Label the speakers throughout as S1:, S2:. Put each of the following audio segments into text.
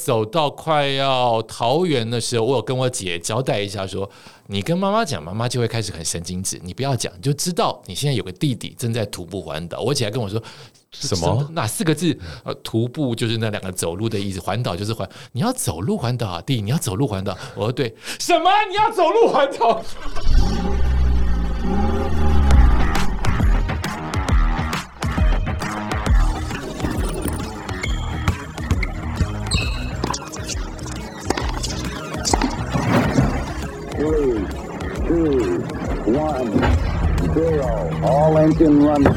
S1: 走到快要桃园的时候，我有跟我姐交代一下说，你跟妈妈讲，妈妈就会开始很神经质，你不要讲，你就知道你现在有个弟弟正在徒步环岛。我姐还跟我说。
S2: 什么？
S1: 哪四个字？呃，徒步就是那两个走路的意思，环岛就是环。你要走路环岛啊，弟，你要走路环岛。我说对，什么？你要走路环岛？
S3: three, two, one, zero. All engine running.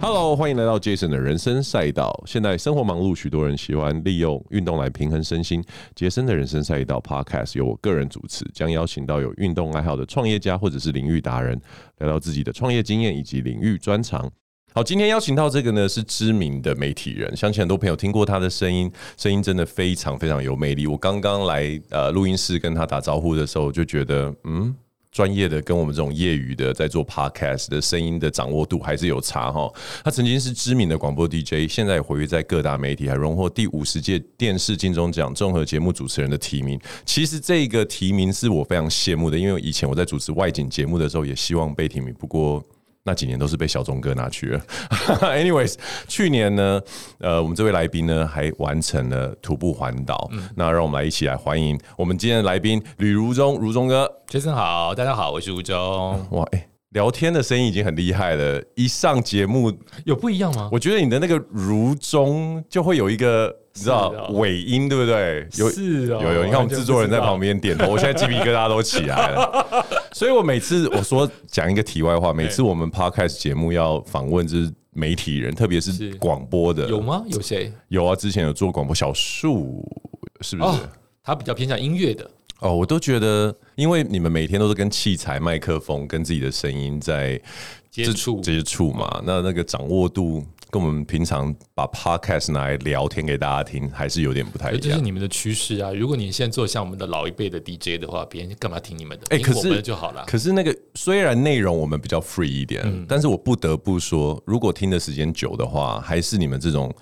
S2: Hello，欢迎来到 Jason 的人生赛道。现在生活忙碌，许多人喜欢利用运动来平衡身心。杰森的人生赛道 Podcast 由我个人主持，将邀请到有运动爱好的创业家或者是领域达人，聊聊自己的创业经验以及领域专长。好，今天邀请到这个呢是知名的媒体人，相信很多朋友听过他的声音，声音真的非常非常有魅力。我刚刚来呃录音室跟他打招呼的时候，就觉得嗯，专业的跟我们这种业余的在做 podcast 的声音的掌握度还是有差哈。他曾经是知名的广播 DJ，现在也活跃在各大媒体，还荣获第五十届电视金钟奖综合节目主持人的提名。其实这个提名是我非常羡慕的，因为以前我在主持外景节目的时候，也希望被提名，不过。那几年都是被小钟哥拿去了。Anyways，去年呢，呃，我们这位来宾呢还完成了徒步环岛。
S1: 嗯
S2: 那让我们来一起来欢迎我们今天的来宾吕如中，如中哥。
S1: 学生好，大家好，我是吴忠，
S2: 哇，哎、聊天的声音已经很厉害了，一上节目，
S1: 有不一样吗？
S2: 我觉得你的那个如中就会有一个。你知道
S1: 是哦
S2: 尾音对不对？有
S1: 是哦
S2: 有有，你看我们制作人在旁边点头，我现在鸡皮疙瘩都起来 了。所以我每次我说讲一个题外话，每次我们 podcast 节目要访问就是媒体人，特别是
S1: 是
S2: 广播的，
S1: 有吗？有谁？
S2: 有啊，之前有做广播小树，是不是？
S1: 哦，他比较偏向音乐的，
S2: 哦，我都觉得，因为你们每天都是跟器材、麦克风、跟自己的声音在
S1: 接
S2: 接
S1: 触
S2: 接触嘛，那那个掌握度跟我们平常把 podcast 拿来聊天给大家听，还是有点不太一
S1: 这就
S2: 样
S1: 是。你们的趋势啊。如果你现在做像我们的老一辈的 DJ 的话，别人干嘛听你们的？
S2: 哎、
S1: 听
S2: 可
S1: 我
S2: 是
S1: 们的就好了。嗯
S2: 可是那个虽然内容我们比较 free 一点，但是我不得不说，如果听的时间久的话，还是你们这种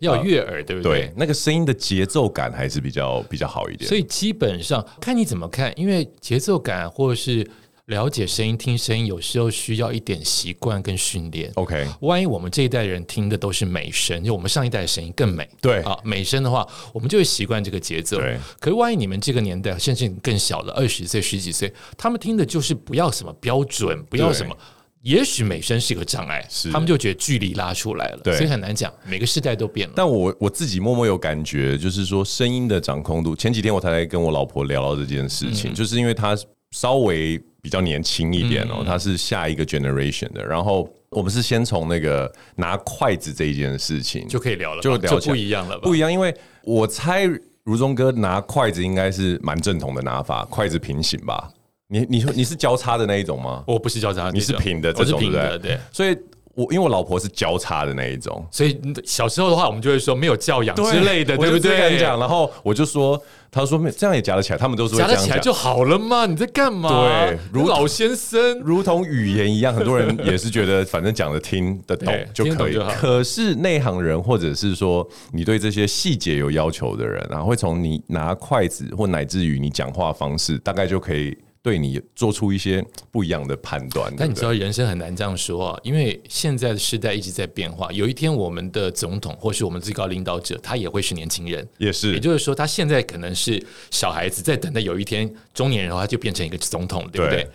S1: 要有悦耳，对不
S2: 呃对那个声音的节奏感还是比较比较好一点。
S1: 所以基本上看你怎么看，因为节奏感或是了解声音、听声音，有时候需要一点习惯跟训练。
S2: OK，
S1: 万一我们这一代人听的都是美声，就我们上一代的声音更美，
S2: 对
S1: 啊，美声的话，我们就会习惯这个节奏。
S2: 对，
S1: 可是万一你们这个年代，甚至更小了，二十岁、十几岁，他们听的就是不要什么标准，不要
S2: 对
S1: 什么。也许美声是个障碍
S2: 是，
S1: 他们就觉得距离拉出来了，
S2: 对
S1: 所以很难讲。每个世代都变了，
S2: 但我我自己默默有感觉，就是说声音的掌控度。前几天我才跟我老婆聊到这件事
S1: 嗯
S2: 情，就是因为她稍微比较年轻一点哦、
S1: 嗯
S2: 她是下一个 generation 的。然后我们是先从那个拿筷子这一件事情
S1: 就可以聊了吧，
S2: 就聊
S1: 啊就
S2: 起来
S1: 不一样了吧？
S2: 不一样，因为我猜如中哥拿筷子应该是蛮正统的拿法，筷子平行吧？你你你是交叉的那一种吗？
S1: 我不是交叉，
S2: 你是
S1: 这种
S2: 平的这
S1: 我是
S2: 种，
S1: 平
S2: 对
S1: 的，
S2: 不对
S1: 对。？
S2: 所以我因为我老婆是交叉的那一种。
S1: 所以小时候的话，我们就会说没有教养之类的，
S2: 我
S1: 对
S2: 就
S1: 不
S2: 这样
S1: 对？
S2: 讲，然后我就说，他说没这样也夹得起来，他们都是会
S1: 夹
S2: 这
S1: 得
S2: 样
S1: 起来
S2: 讲，
S1: 就好了嘛，你在干嘛？
S2: 对如
S1: 老先生，
S2: 如同语言一样，很多人也是觉得反正讲的听得懂
S1: 对
S2: 就
S1: 听得
S2: 可
S1: 懂
S2: 以
S1: 就好。
S2: 可是内行人，或者是说你对这些细节有要求的人啊，然后会从你拿筷子或乃至于你讲话方式，大概就可以对你做出一些不一样的判断。
S1: 但你
S2: 对不
S1: 知
S2: 对
S1: 道人生很难这样说啊，因为现在的时代一直在变化。有一天，我们的总统或是我们最高领导者，他也会是年轻人。
S2: 也是，
S1: 也就是说，他现在可能是小孩子，在等待有一天中年人后，他就变成一个总统了，对不对？
S2: 对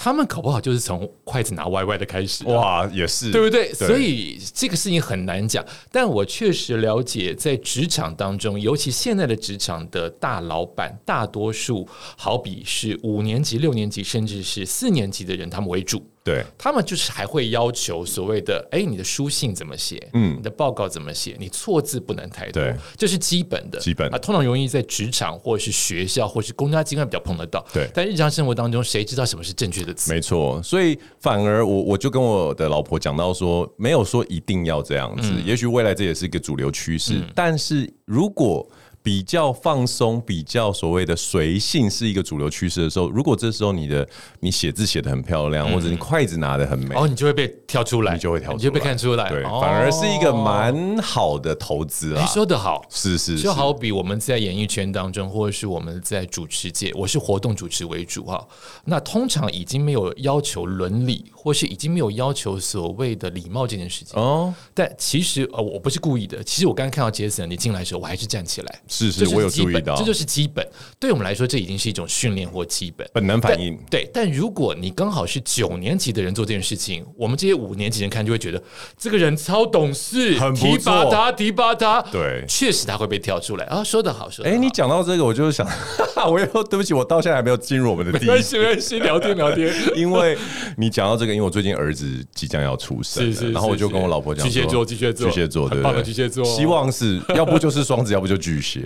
S1: 他们搞不好就是从筷子拿歪歪的开始、哇。
S2: 哇，也是，
S1: 对不对？所以这个事情很难讲，但我确实了解，在职场当中，尤其现在的职场的大老板，大多数好比是五年级、六年级，甚至是四年级的人，他们为主。
S2: 对
S1: 他们就是还会要求所谓的，哎，你的书信怎么写？嗯，你的报告怎么写？你错字不能太多
S2: 对，
S1: 这是基本的。
S2: 基本
S1: 啊，通常容易在职场或是学校或是公家机关比较碰得到。
S2: 对
S1: 但日常生活当中，谁知道什么是正确的词？
S2: 没错，所以反而我我就跟我的老婆讲到说，
S1: 嗯
S2: 没有说一定要这样子，也许未来这也是一个主流趋势，但是如果比较放松、比较所谓的随性是一个主流趋势的时候，如果这时候你的你写字写的很漂亮，或者你筷子拿的很美，
S1: 嗯哦，你就会被挑出来，
S2: 你就会挑出来，
S1: 你就被看出来，
S2: 对，
S1: 哦
S2: 反而是一个蛮好的投资啊啦
S1: 哎，。说得好。
S2: 是是是，
S1: 就好比我们在演艺圈当中，或者是我们在主持界，我是活动主持为主哈。那通常已经没有要求伦理，或是已经没有要求所谓的礼貌这件事情。
S2: 哦，
S1: 但其实呃，我不是故意的。其实我刚刚看到杰森你进来的时候，我还是站起来，这
S2: 是是，
S1: 就是
S2: 我有
S1: 基
S2: 注
S1: 本
S2: 意到，
S1: 这就是基本。对我们来说，这已经是一种训练或基本。
S2: 本能反
S1: 但
S2: 应。
S1: 对，但如果你刚好是九年级的人做这件事情，我们这些五年级人看就会觉得这个人超懂事，
S2: 很不
S1: 提拔
S2: 错
S1: 他，提拔他。
S2: 对
S1: 确实他会被挑出来啊。说得好，说得
S2: 哎、
S1: 好。
S2: 你讲到这个，我就想， 哈哈，我又对不起，我到现在还没有进入我们的
S1: 没
S2: 第一
S1: 关系，没关系，聊天聊天。
S2: 因为你讲到这个，因为我最近儿子即将要出生了，
S1: 是是
S2: 然后我就是跟我老婆讲说，
S1: 巨蟹座巨蟹座
S2: 巨蟹座，
S1: 很
S2: 对
S1: 棒
S2: 对
S1: 的巨蟹座
S2: 希望是要不就是双子，要不就巨蟹。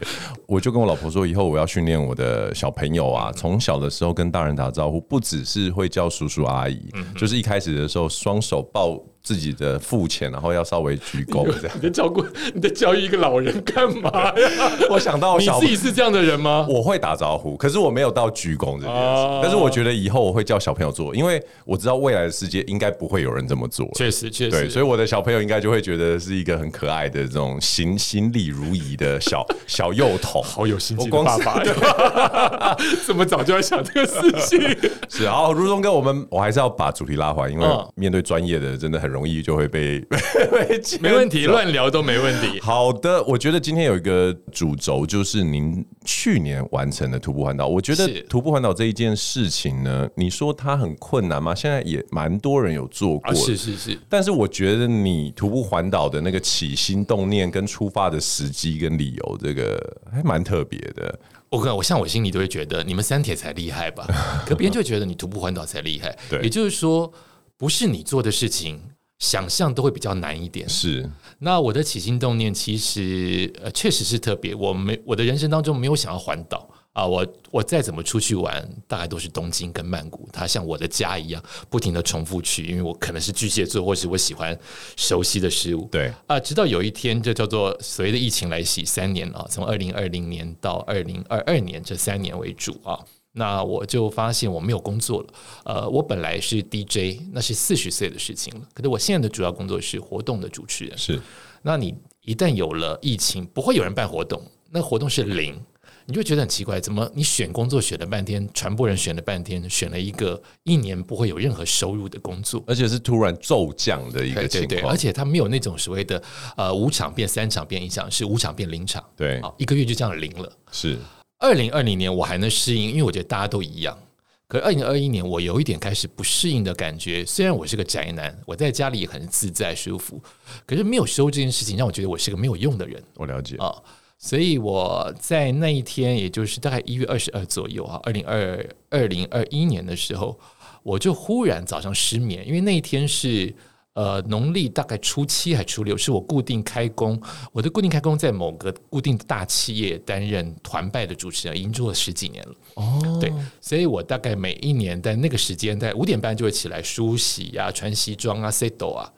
S2: 我就跟我老婆说，以后我要训练我的小朋友
S1: 嗯
S2: 啊，从小的时候跟大人打招呼，不只是会叫叔叔阿姨，
S1: 嗯
S2: 就是一开始的时候双手抱自己的腹前，然后要稍微鞠躬 这样。
S1: 你在照顾，你在教育一个老人干嘛呀？
S2: 我想到
S1: 你
S2: 小
S1: 自己是这样的人吗？
S2: 我会打招呼，可是我没有到鞠躬这件事。
S1: 哦
S2: 但是我觉得以后我会叫小朋友做，因为我知道未来的世界应该不会有人这么做了。
S1: 确实，确
S2: 对，
S1: 实。
S2: 所以我的小朋友应该就会觉得是一个很可爱的这种行行礼如仪的小 小幼童。
S1: 好有心
S2: 我
S1: 机的
S2: 光
S1: 爸
S2: 是
S1: 爸呀！ 这么早就在想这个事情，
S2: 是啊，好如中哥，我们我还是要把主题拉回来，因为
S1: 嗯
S2: 面对专业的，真的很容易就会被 被 牵
S1: 没问题， 乱聊都没问 题。
S2: 好的，我觉得今天有一个主轴，就是您去年完成的徒步环岛。我觉得
S1: 是
S2: 徒步环岛这一件事情呢，你说它很困难吗？现在也蛮多人有做
S1: 啊，
S2: 过的、
S1: 是是是，
S2: 但是我觉得你徒步环岛的那个起心动念跟出发的时机跟理由，这个还蛮特别的。
S1: 我看我像我心里都会觉得你们三铁才厉害 吧，可别人就会觉得你徒步环岛才厉害。
S2: 对
S1: 也就是说，不是你做的事情，想象都会比较难一点。
S2: 是
S1: 那我的起心动念其实呃确实是特别，我没我的人生当中没有想要环岛。啊，我我再怎么出去玩，大概都是东京跟曼谷，它像我的家一样，不停的重复去，因为我可能是巨蟹座，或是我喜欢熟悉的事物。
S2: 对
S1: 啊，直到有一天，这叫做随着疫情来袭三年啊，从二零二零年到二零二二年这三年为主啊。那我就发现我没有工作了，呃，我本来是 DJ，那是四十岁的事情了。可是我现在的主要工作是活动的主持人。
S2: 是，
S1: 那你一旦有了疫情，不会有人办活动，那活动是零，你就会觉得很奇怪，怎么你选工作选了半天，传播人选了半天，选了一个一年不会有任何收入的工作，
S2: 而且是突然骤降的一
S1: 对
S2: 个情
S1: 对
S2: 况，
S1: 对，而且他没有那种所谓的呃五场变三场变一场，是五场变零场，
S2: 对
S1: 好一个月就这样零了。
S2: 是
S1: 二零二零年我还能适应，因为我觉得大家都一样。可二零二一年，我有一点开始不适应的感觉。虽然我是个宅男，我在家里也很自在舒服，可是没有收入这件事情让我觉得我是个没有用的人。
S2: 我了解。
S1: 啊、所以我在那一天，也就是大概一月二十二左右啊，二零二二零二一年的时候，我就忽然早上失眠，因为那一天是呃农历大概初七还初六，是我固定开工，我的固定开工在某个固定的大企业担任团拜的主持人，已经做了十几年了。
S2: 哦，
S1: 对，所以我大概每一年在那个时间，在五点半就会起来梳洗啊、穿西装啊、settle 啊。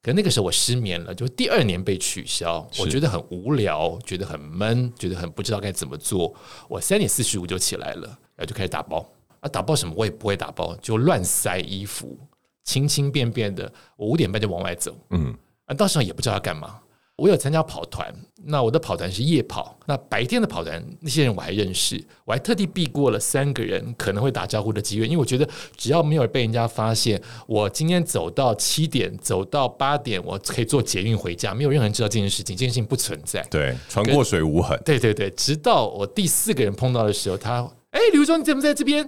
S1: 可那个时候我失眠了，就第二年被取消，我觉得很无聊，觉得很闷，觉得很不知道该怎么做。我三点四十五就起来了，然后就开始打包。啊，打包什么我也不会打包，就乱塞衣服，轻轻便便的。我五点半就往外走，
S2: 嗯，
S1: 啊，到时候也不知道要干嘛。我有参加跑团，那我的跑团是夜跑，那白天的跑团那些人我还认识，我还特地避过了三个人可能会打招呼的机会，因为我觉得只要没有被人家发现，我今天走到七点，走到八点，我可以坐捷运回家，没有任何人知道这件事情，这件事情不存在。
S2: 对，船过水无痕。
S1: 对对对，直到我第四个人碰到的时候，他哎，刘忠你怎么在这边？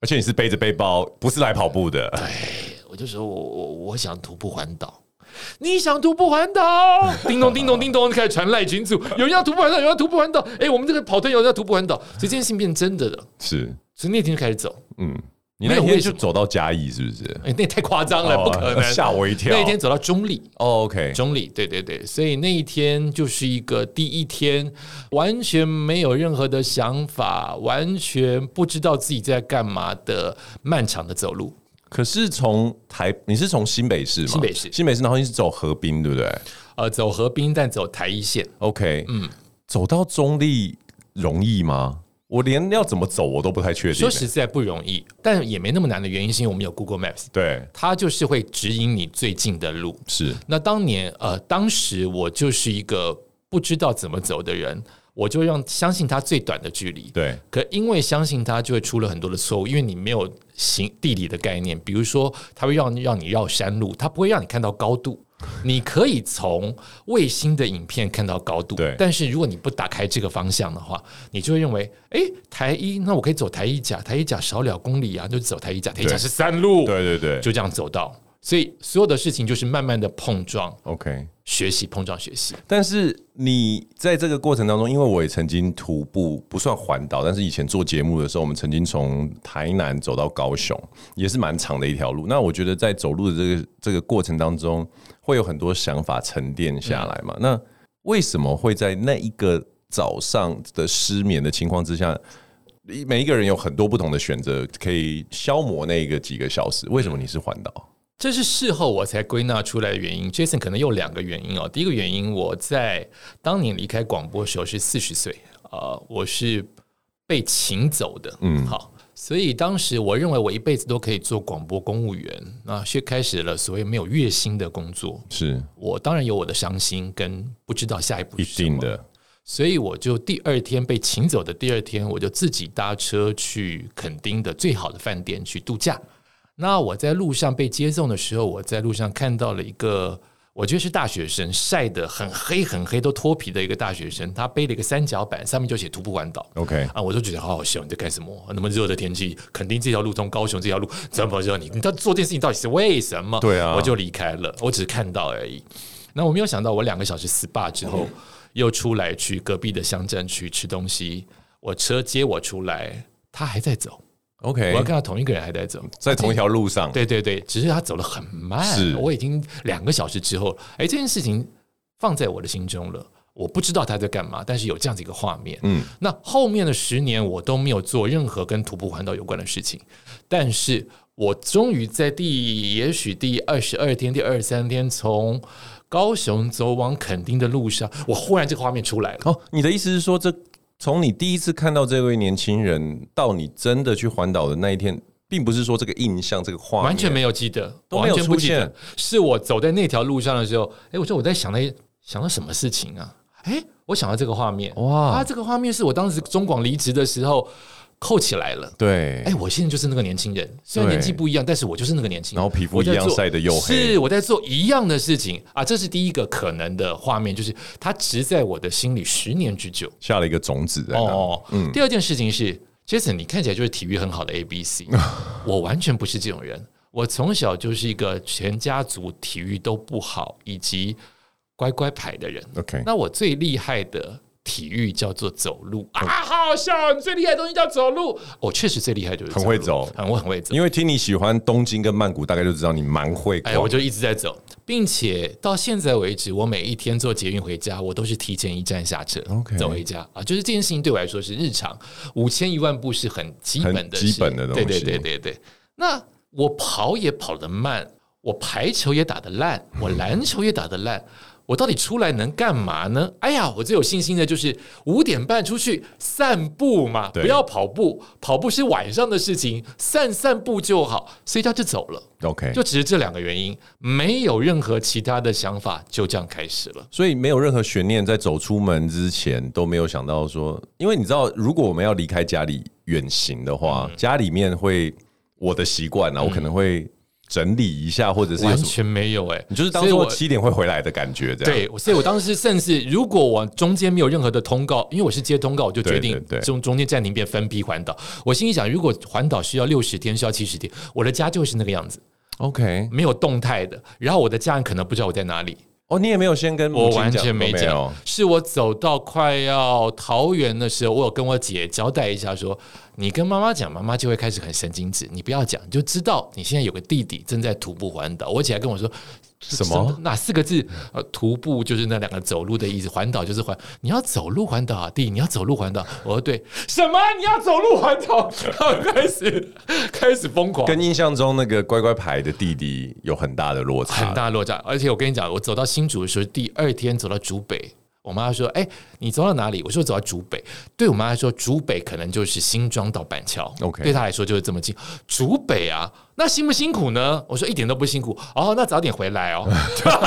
S2: 而且你是背着背包，不是来跑步的。
S1: 我就说我我我想徒步环岛。你想徒步环岛？叮咚叮咚叮咚，开始传赖群组，有人要徒步环岛，有人要徒步环岛。哎、我们这个跑队有人要徒步环岛，所以这件事情变真的了。
S2: 是，
S1: 所以那天就开始走，
S2: 嗯，你
S1: 没
S2: 那
S1: 有
S2: 天
S1: 为什
S2: 就
S1: 么
S2: 走到嘉义，是不是？
S1: 哎、那也太夸张了，
S2: 哦
S1: 不可能，
S2: 吓我一跳
S1: 那一天走到中立，
S2: 哦，OK，
S1: 中立，对对对，所以那一天就是一个第一天，完全没有任何的想法，完全不知道自己在干嘛的漫长的走路。
S2: 可是从台，你是从新北市吗？
S1: 新北市
S2: 新北市，然后你是走河滨，对不对
S1: 呃，走河滨，但走台一线。
S2: ？OK，嗯，走到中立容易吗？我连要怎么走我都不太确定欸。
S1: 说实在不容易，但也没那么难的原因是因为我们有 Google Maps，
S2: 对，
S1: 它就是会指引你最近的路。
S2: 是
S1: 那当年呃，当时我就是一个不知道怎么走的人，我就让相信它最短的距离。
S2: 对，
S1: 可因为相信它，就会出了很多的错误，因为你没有行地理的概念。比如说，它会让让你绕山路，它不会让你看到高度。你可以从卫星的影片看到高度
S2: 对，
S1: 但是如果你不打开这个方向的话，你就会认为，诶，台一，那我可以走台一甲，台一甲少了公里啊，就走台一甲，台一甲
S2: 对
S1: 是山路，
S2: 对对对，
S1: 就这样走到。所以所有的事情就是慢慢的碰撞，
S2: OK。
S1: 学习碰撞学习。
S2: 但是你在这个过程当中，因为我也曾经徒步，不算环岛，但是以前做节目的时候，我们曾经从台南走到高雄，也是蛮长的一条路。那我觉得在走路的这个这个过程当中，会有很多想法沉淀下来嘛。那为什么会在那一个早上的失眠的情况之下？每一个人有很多不同的选择，可以消磨那个几个小时。为什么你是环岛？
S1: 这是事后我才归纳出来的原因。Jason 可能有两个原因哦。第一个原因，我在当年离开广播的时候是四十岁，呃，我是被请走的。嗯，好，所以当时我认为我一辈子都可以做广播公务员，那却开始了所谓没有月薪的工作。
S2: 是
S1: 我当然有我的伤心跟不知道下一步
S2: 一
S1: 是什
S2: 定
S1: 么，
S2: 的，
S1: 所以我就第二天被请走的第二天，我就自己搭车去垦丁的最好的饭店去度假。那我在路上被接送的时候，我在路上看到了一个，我觉得是大学生，晒得很黑很黑都脱皮的一个大学生，他背了一个三角板，上面就写徒步环岛。
S2: OK
S1: 啊，我就觉得好好笑，你在干什么？那么热的天气，垦丁这条路从高雄这条路这么热，你你到底做这件事情到底是为什么？
S2: 对啊
S1: 我就离开了，我只是看到而已。那我没有想到，我两个小时 SPA 之
S2: 嗯
S1: 后，又出来去隔壁的乡镇去吃东西，我车接我出来，他还在走，我
S2: OK，
S1: 要跟他同一个人还在走。
S2: 在同一条路上，
S1: 对对对，只是他走得很慢。
S2: 是
S1: 我已经两个小时之后，哎，这件事情放在我的心中了。我不知道他在干嘛，但是有这样子一个画面。嗯，那后面的十年我都没有做任何跟徒步环岛有关的事情，但是我终于在第也许第二十二天、第二十三天，从高雄走往垦丁的路上，我忽然这个画面出来了。
S2: 哦，你的意思是说，这从你第一次看到这位年轻人到你真的去环岛的那一天，并不是说这个印象、这个画面
S1: 完全没有记得，
S2: 都没有
S1: 完全不记得
S2: 出现。
S1: 是我走在那条路上的时候，哎、我说我在想那想到什么事情啊？哎、我想到这个画面，
S2: 哇
S1: 哇，啊，这个画面是我当时中广离职的时候扣起来了。
S2: 对，
S1: 哎、我现在就是那个年轻人，虽然
S2: 对
S1: 年纪不一样，但是我就是那个年轻人。
S2: 然后皮肤
S1: 我在
S2: 一样
S1: 做
S2: 晒得黝黑
S1: 是我在做一样的事情啊！这是第一个可能的画面，就是它植在我的心里十年之久。
S2: 下了一个种子在那。
S1: 哦，
S2: 嗯
S1: 第二件事情是，Jason，你看起来就是体育很好的 A B C，我完全不是这种人。我从小就是一个全家族体育都不好，以及乖乖牌的人。
S2: OK，
S1: 那我最厉害的体育叫做走路
S2: 嗯
S1: 啊，好好笑！你最厉害的东西叫走路，我确实最厉害就是
S2: 很会
S1: 路
S2: 走
S1: 很我很会走。
S2: 因为听你喜欢东京跟曼谷，大概就知道你蛮会逛。
S1: 哎，我就一直在走，并且到现在为止，我每一天坐捷运回家，我都是提前一站下车
S2: OK
S1: 走回家啊。就是这件事情对我来说是日常，五千一万步是很基本的
S2: 很
S1: 事、
S2: 基本的东西
S1: 对对对对对。那我跑也跑得慢，我排球也打得烂，我篮球也打得烂。我到底出来能干嘛呢？哎呀，我最有信心的就是五点半出去散步嘛，
S2: 对
S1: 不要跑步，跑步是晚上的事情，散散步就好，所以他就走了。
S2: OK，
S1: 就只是这两个原因，没有任何其他的想法，就这样开始了。
S2: 所以没有任何悬念，在走出门之前都没有想到说，因为你知道，如果我们要离开家里远行的话，
S1: 嗯
S2: 家里面会我的习惯啊，我可能会整理一下，或者是有
S1: 完
S2: 什么，
S1: 全没有哎、
S2: 你就是当
S1: 所以
S2: 做
S1: 我
S2: 七点会回来的感觉，这样
S1: 对，所以我当时甚至如果我中间没有任何的通告，因为我是接通告，我就决定
S2: 对对对
S1: 中中间暂停变分批环岛。我心里想，如果环岛需要六十天，需要七十天，我的家就是那个样子，
S2: OK，
S1: 没有动态的。然后我的家人可能不知道我在哪里，
S2: 哦，你也没有先跟母
S1: 我
S2: 亲
S1: 完
S2: 讲
S1: 全没
S2: 都有
S1: 讲，是我走到快要桃园的时候，我有跟我姐交代一下说，你跟妈妈讲，妈妈就会开始很神经质，你不要讲，你就知道你现在有个弟弟正在徒步环岛。我姐还跟我说。
S2: 什么
S1: 哪四个字？呃，徒步就是那两个走路的意思，环岛就是环。你要走路环岛啊，弟，你要走路环岛。我说对，什么？你要走路环岛？ 然后开始开始疯狂，
S2: 跟印象中那个乖乖牌的弟弟有很大的落差，
S1: 很大落差。而且我跟你讲，我走到新竹的时候，第二天走到竹北，我妈说：“哎、你走到哪里？”我说：“走到竹北。”对我妈来说，竹北可能就是新庄到板桥
S2: OK
S1: 对她来说就是这么近。竹北啊，那辛不辛苦呢？我说一点都不辛苦。哦，那早点回来 哦，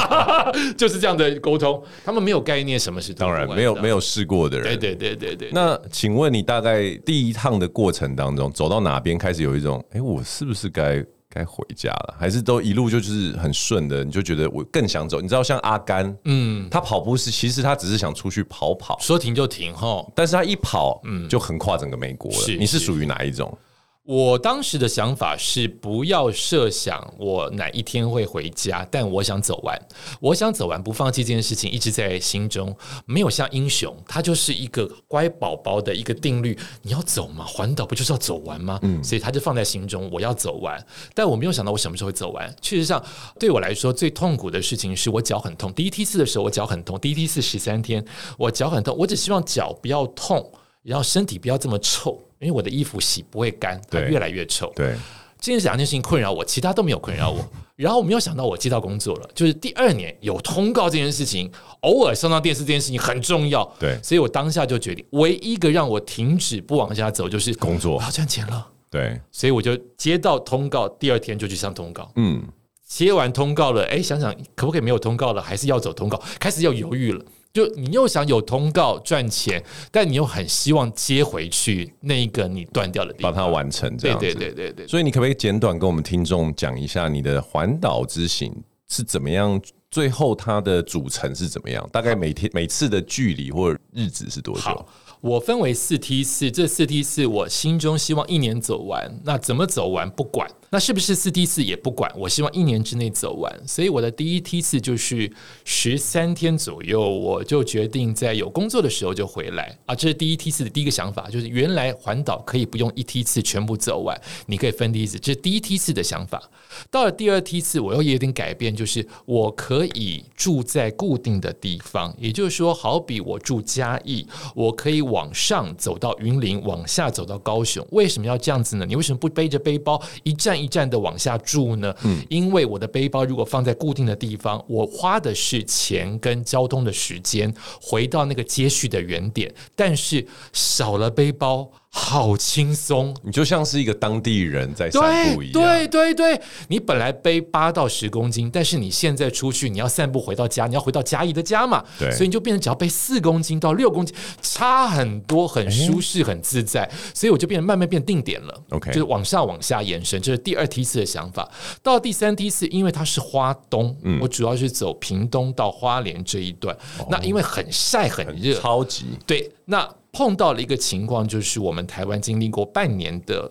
S1: 就是这样的沟通。他们没有概念什么是
S2: 当然没有没
S1: 有，
S2: 有试过的人，
S1: 对对对对对。
S2: 那请问你大概第一趟的过程当中，走到哪边开始有一种，哎、我是不是该该回家了？还是都一路就是很顺的，你就觉得我更想走？你知道，像阿甘，嗯，他跑步是其实他只是想出去跑跑，
S1: 说停就停吼，
S2: 但是他一跑，嗯，就横跨整个美国了。
S1: 是
S2: 你是
S1: 是
S2: 属于哪一种？
S1: 我当时的想法是，不要设想我哪一天会回家，但我想走完，我想走完，不放弃这件事情一直在心中。没有像英雄，他就是一个乖宝宝的一个定律，你要走吗？环岛不就是要走完吗？所以他就放在心中，我要走完。但我没有想到我什么时候会走完。事实上，对我来说最痛苦的事情是我脚很痛。第一梯次的时候，我脚很痛，第一梯次十三天，我脚很痛，我只希望脚不要痛。然后身体不要这么臭，因为我的衣服洗不会干，它
S2: 对
S1: 越来越臭。
S2: 对，
S1: 这件两件事情困扰我，其他都没有困扰我。 然后我没有想到我接到工作了，就是第二年有通告这件事情，偶尔上到电视这件事情很重要。
S2: 对
S1: 所以我当下就决定，唯一一个让我停止不往下走就是
S2: 工作
S1: 我要赚钱了。
S2: 对，
S1: 所以我就接到通告，第二天就去上通告。
S2: 嗯，
S1: 接完通告了，哎，想想可不可以没有通告了，还是要走通告，开始要犹豫了。就你又想有通告赚钱，但你又很希望接回去那一个你断掉的地
S2: 把
S1: 方。
S2: 它完成
S1: 对
S2: 这样子。
S1: 对对对对，
S2: 所以你可不可以简短跟我们听众讲一下你的环岛之行是怎么样？最后它的组成是怎么样？大概每天每次的距离或者日子是多久
S1: 好？，我分为四梯次，这四梯次我心中希望一年走完，那怎么走完不管，那是不是四梯次也不管，我希望一年之内走完。所以我的第一梯次就是十三天左右，我就决定在有工作的时候就回来啊，这是第一梯次的第一个想法，就是原来环岛可以不用一梯次全部走完，你可以分梯次，这是第一梯次的想法。到了第二梯次，我又有点改变，就是我可以住在固定的地方，也就是说，好比我住嘉义，我可以往上走到云林，往下走到高雄。为什么要这样子呢？你为什么不背着背包一站一站的往下住呢？因为我的背包如果放在固定的地方，我花的是钱跟交通的时间，回到那个接续的原点，但是少了背包，好轻松。
S2: 你就像是一个当地人在散步
S1: 对
S2: 一样。
S1: 对对对，你本来背八到十公斤，但是你现在出去，你要散步回到家，你要回到嘉义的家嘛，
S2: 对
S1: 所以你就变成只要背四公斤到六公斤，差很多，很舒适，很自在，所以我就变慢慢变定点了
S2: 哎 OK
S1: 就是往上往下延伸，这是第二梯次的想法。到第三梯次，因为它是花东，
S2: 嗯
S1: 我主要是走屏东到花莲这一段，
S2: 哦
S1: 那因为很晒很热，
S2: 超级
S1: 对，那碰到了一个情况，就是我们台湾经历过半年的。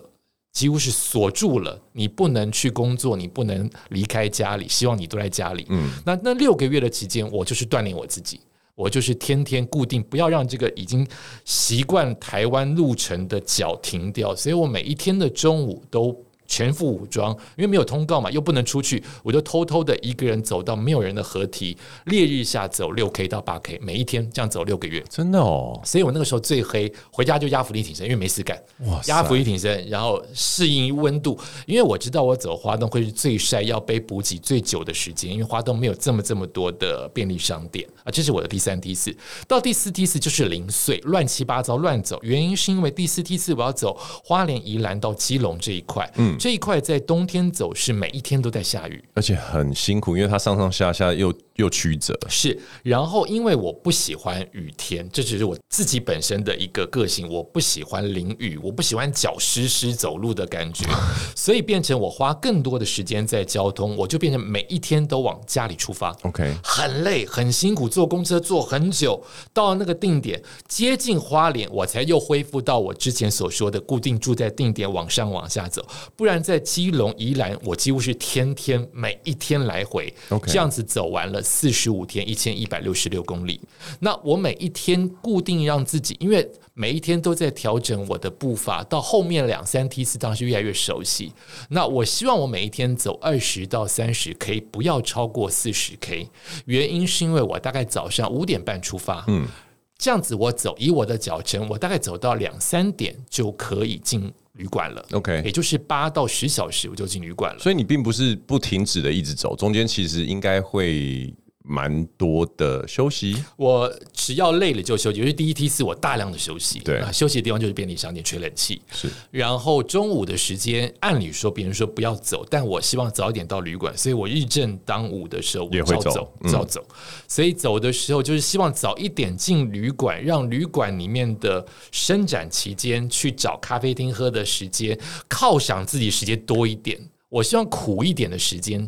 S1: 几乎是锁住了，你不能去工作，你不能离开家里，希望你都在家里。嗯，那那六个月的期间，我就是锻炼我自己，我就是天天固定，不要让这个已经习惯台湾路程的脚停掉。所以我每一天的中午都全副武装，因为没有通告嘛，又不能出去，我就偷偷的一个人走到没有人的河堤，烈日下走六 K 到八 K，每一天这样走六个月。
S2: 真的哦，
S1: 所以我那个时候最黑，回家就压浮力挺身，因为没事干
S2: 哇，塞
S1: 压浮力挺身，然后适应温度，因为我知道我走花东会是最晒，要背补给最久的时间，因为花东没有这么这么多的便利商店啊。这是我的第三梯次，到第四梯次就是零碎，乱七八糟乱走。原因是因为第四梯次我要走花莲、宜兰到基隆这一块，嗯，这一块在冬天走是每一天都在下雨，
S2: 而且很辛苦，因为它上上下下又又曲折。
S1: 是，然后因为我不喜欢雨天，这只是我自己本身的一个个性，我不喜欢淋雨，我不喜欢脚湿湿走路的感觉，所以变成我花更多的时间在交通，我就变成每一天都往家里出发。
S2: OK，
S1: 很累，很辛苦，坐公车坐很久，到那个定点接近花莲，我才又恢复到我之前所说的固定住在定点往上往下走。不然在基隆、宜兰，我几乎是天天每一天来回
S2: OK
S1: 这样子走完了四十五天，一千一百六十六公里。那我每一天固定让自己，因为每一天都在调整我的步伐，到后面两三梯次当然是越来越熟悉。那我希望我每一天走二十到三十 K，不要超过四十 K。原因是因为我大概早上五点半出发，嗯，这样子我走，以我的脚程，我大概走到两三点就可以进旅馆了。
S2: OK
S1: 也就是八到十小时我就进旅馆了。
S2: 所以你并不是不停止的一直走，中间其实应该会蛮多的休息，
S1: 我只要累了就休息，尤其第一梯次我大量的休息，
S2: 对
S1: 啊休息的地方就是便利商店吹冷气，
S2: 是
S1: 然后中午的时间，按理说别人说不要走，但我希望早一点到旅馆，所以我日正当午的时候我
S2: 也会
S1: 照
S2: 走
S1: 走，
S2: 嗯
S1: 照走。所以走的时候就是希望早一点进旅馆，让旅馆里面的伸展期间去找咖啡厅喝的时间，犒赏自己时间多一点。我希望苦一点的时间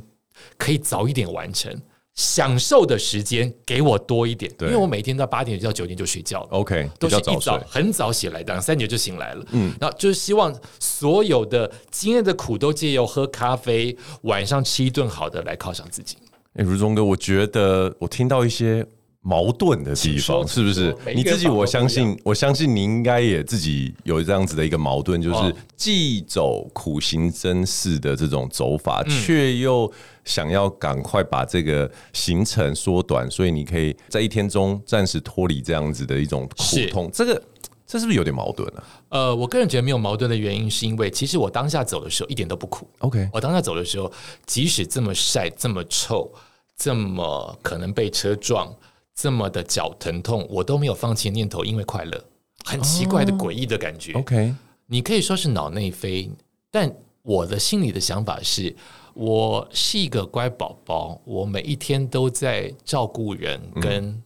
S1: 可以早一点完成。享受的时间给我多一点，因
S2: 对
S1: 为我每天到八点到九点就睡觉了。
S2: OK，
S1: 都
S2: 比
S1: 是
S2: 较
S1: 一
S2: 早
S1: 早
S2: 睡。
S1: 很早起来，两三点就醒来了。嗯，然后就是希望所有的今天的苦都借由喝咖啡，晚上吃一顿好的来犒赏自己。
S2: 哎、如中哥，我觉得我听到一些矛盾的地
S1: 请说
S2: 方，是
S1: 请
S2: 不是
S1: 说？每一
S2: 你
S1: 个
S2: 自己，
S1: 人
S2: 我
S1: 法都
S2: 相
S1: 不一样
S2: 信，我相信你应该也自己有这样子的一个矛盾，就是
S1: 哦
S2: 既走苦行僧式的这种走法，
S1: 嗯
S2: 却又想要赶快把这个行程缩短，所以你可以在一天中暂时脱离这样子的一种苦
S1: 是
S2: 痛。这个这是不是有点矛盾啊
S1: 呃，我个人觉得没有矛盾的原因，是因为其实我当下走的时候一点都不苦。
S2: ？OK，
S1: 我当下走的时候，即使这么晒、这么臭、这么可能被车撞、这么的脚疼痛，我都没有放弃念头，因为快乐，很奇怪的诡异的感觉。
S2: 哦 OK，
S1: 你可以说是脑内飞，但我的心里的想法是，我是一个乖宝宝，我每一天都在照顾人，跟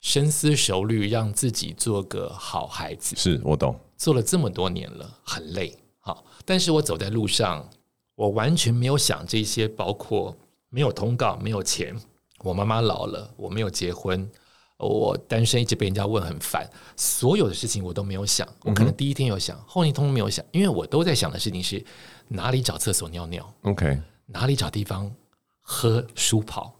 S1: 深思熟虑，让自己做个好孩子。
S2: 是我懂。
S1: 做了这么多年了，很累，好，但是我走在路上，我完全没有想这些，包括没有通告，没有钱，我妈妈老了，我没有结婚。我单身一直被人家问很烦，所有的事情我都没有想，我可能第一天有想，后一天通通没有想，因为我都在想的事情是哪里找厕所尿尿，
S2: OK，
S1: 哪里找地方喝舒跑，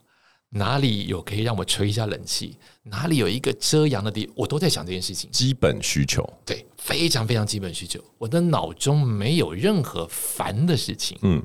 S1: 哪里有可以让我吹一下冷气，哪里有一个遮阳的地，我都在想这件事情。
S2: 基本需求。
S1: 对，非常非常基本需求。我的脑中没有任何烦的事情。
S2: 嗯，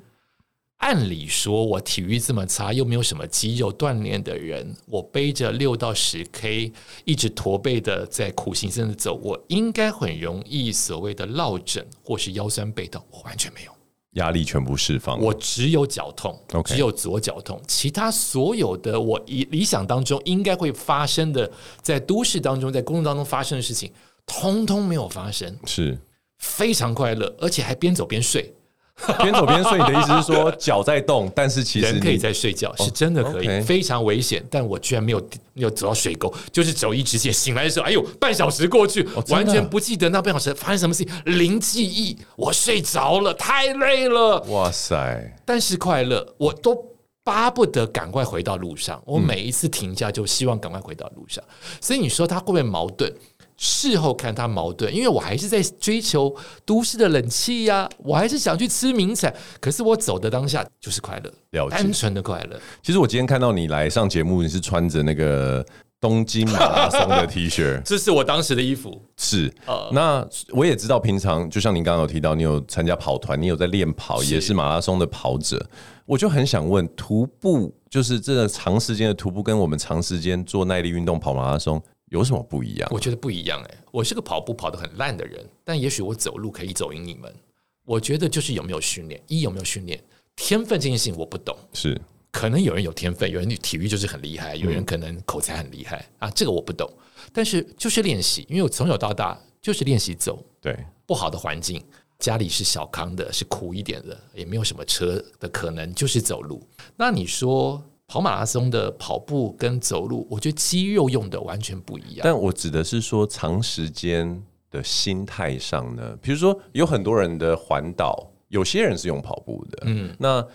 S1: 按理说，我体育这么差，又没有什么肌肉锻炼的人，我背着六到十 K，一直驼背的在苦行僧的走，我应该很容易所谓的落枕或是腰酸背痛，我完全没有。
S2: 压力全部释放，
S1: 我只有脚痛
S2: OK
S1: 只有左脚痛，其他所有的我以理想当中应该会发生的，在都市当中，在公路当中发生的事情，通通没有发生。
S2: 是
S1: 非常快乐，而且还边走边睡，
S2: 边走边睡，你的意思是说脚在动，但是其实
S1: 人
S2: 你哦
S1: 可以在睡觉，是真的可以，
S2: OK
S1: 非常危险。但我居然没有没有走到水沟，就是走一直线，醒来的时候，哎呦，半小时过去，
S2: 哦真的啊
S1: 完全不记得那半小时发生什么事情，零记忆，我睡着了，太累了，
S2: 哇塞，
S1: 但是快乐，我都。巴不得赶快回到路上，我每一次停下就希望赶快回到路上。所以你说他会不会矛盾？事后看他矛盾，因为我还是在追求都市的冷气呀、我还是想去吃名产，可是我走的当下就是快乐，
S2: 了解
S1: 单纯的快乐。
S2: 其实我今天看到你来上节目，你是穿着那个东京马拉松的 T 恤，
S1: 这是我当时的衣服，
S2: 是。
S1: 呃
S2: 那我也知道，平常就像您刚刚有提到，你有参加跑团，你有在练跑，
S1: 是
S2: 也是马拉松的跑者。我就很想问，徒步就是这个长时间的徒步，跟我们长时间做耐力运动跑马拉松有什么不一样？
S1: 我觉得不一样哎、我是个跑步跑得很烂的人，但也许我走路可以走赢你们。我觉得就是有没有训练，一有没有训练，天分这件事情我不懂，
S2: 是
S1: 可能有人有天分，有人体育就是很厉害，有人可能口才很厉害啊，这个我不懂。但是就是练习，因为我从小到大就是练习走，
S2: 对，
S1: 不好的环境，家里是小康的，是苦一点的，也没有什么车的可能，就是走路。那你说跑马拉松的跑步跟走路，我觉得肌肉用的完全不一样。
S2: 但我指的是说长时间的心态上呢，比如说有很多人的环岛，有些人是用跑步的，嗯，那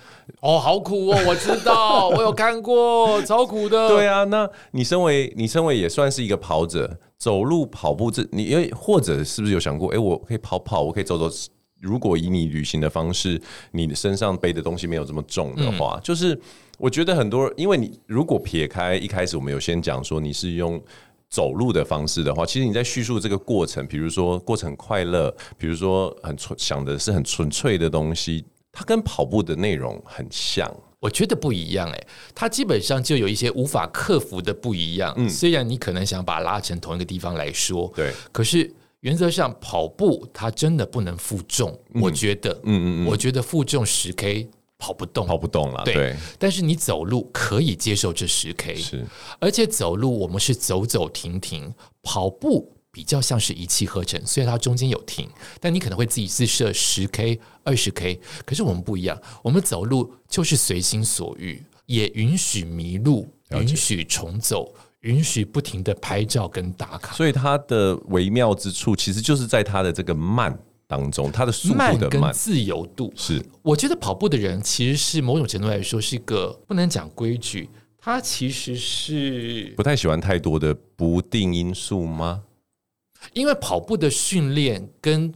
S1: 哦，好苦哦，我知道，我有看过，超苦的。
S2: 对啊，那你身为你身为也算是一个跑者，走路跑步这你因为或者是不是有想过，哎、我可以跑跑，我可以走走。如果以你旅行的方式，你身上背的东西没有这么重的话，就是我觉得很多，因为你如果撇开一开始我们有先讲说你是用。走路的方式的话，其实你在叙述这个过程，比如说过程快乐，比如说很纯想的是很纯粹的东西，它跟跑步的内容很像。
S1: 我觉得不一样哎、它基本上就有一些无法克服的不一样。虽然你可能想把它拉成同一个地方来说，
S2: 嗯对，
S1: 可是原则上跑步它真的不能负重，我觉得，嗯嗯我觉得负重十 K 跑不动，
S2: 嗯跑不动了，
S1: 对
S2: 对，
S1: 啊但是你走路可以接受这十 K，
S2: 是
S1: 而且走路我们是走走停停，跑步比较像是一气呵成，虽然它中间有停，但你可能会自己自设十 K、二十 K，可是我们不一样，我们走路就是随心所欲，也允许迷路，
S2: 了
S1: 允
S2: 解
S1: 许重走，允许不停的拍照跟打卡。
S2: 所以它的微妙之处，其实就是在它的这个慢当中，它的速
S1: 慢
S2: 度的
S1: 跟
S2: 慢
S1: 自由度，
S2: 是
S1: 我觉得跑步的人其实是某种程度来说是一个不能讲规矩，他其实是
S2: 不太喜欢太多的不定因素吗？
S1: 因为跑步的训练跟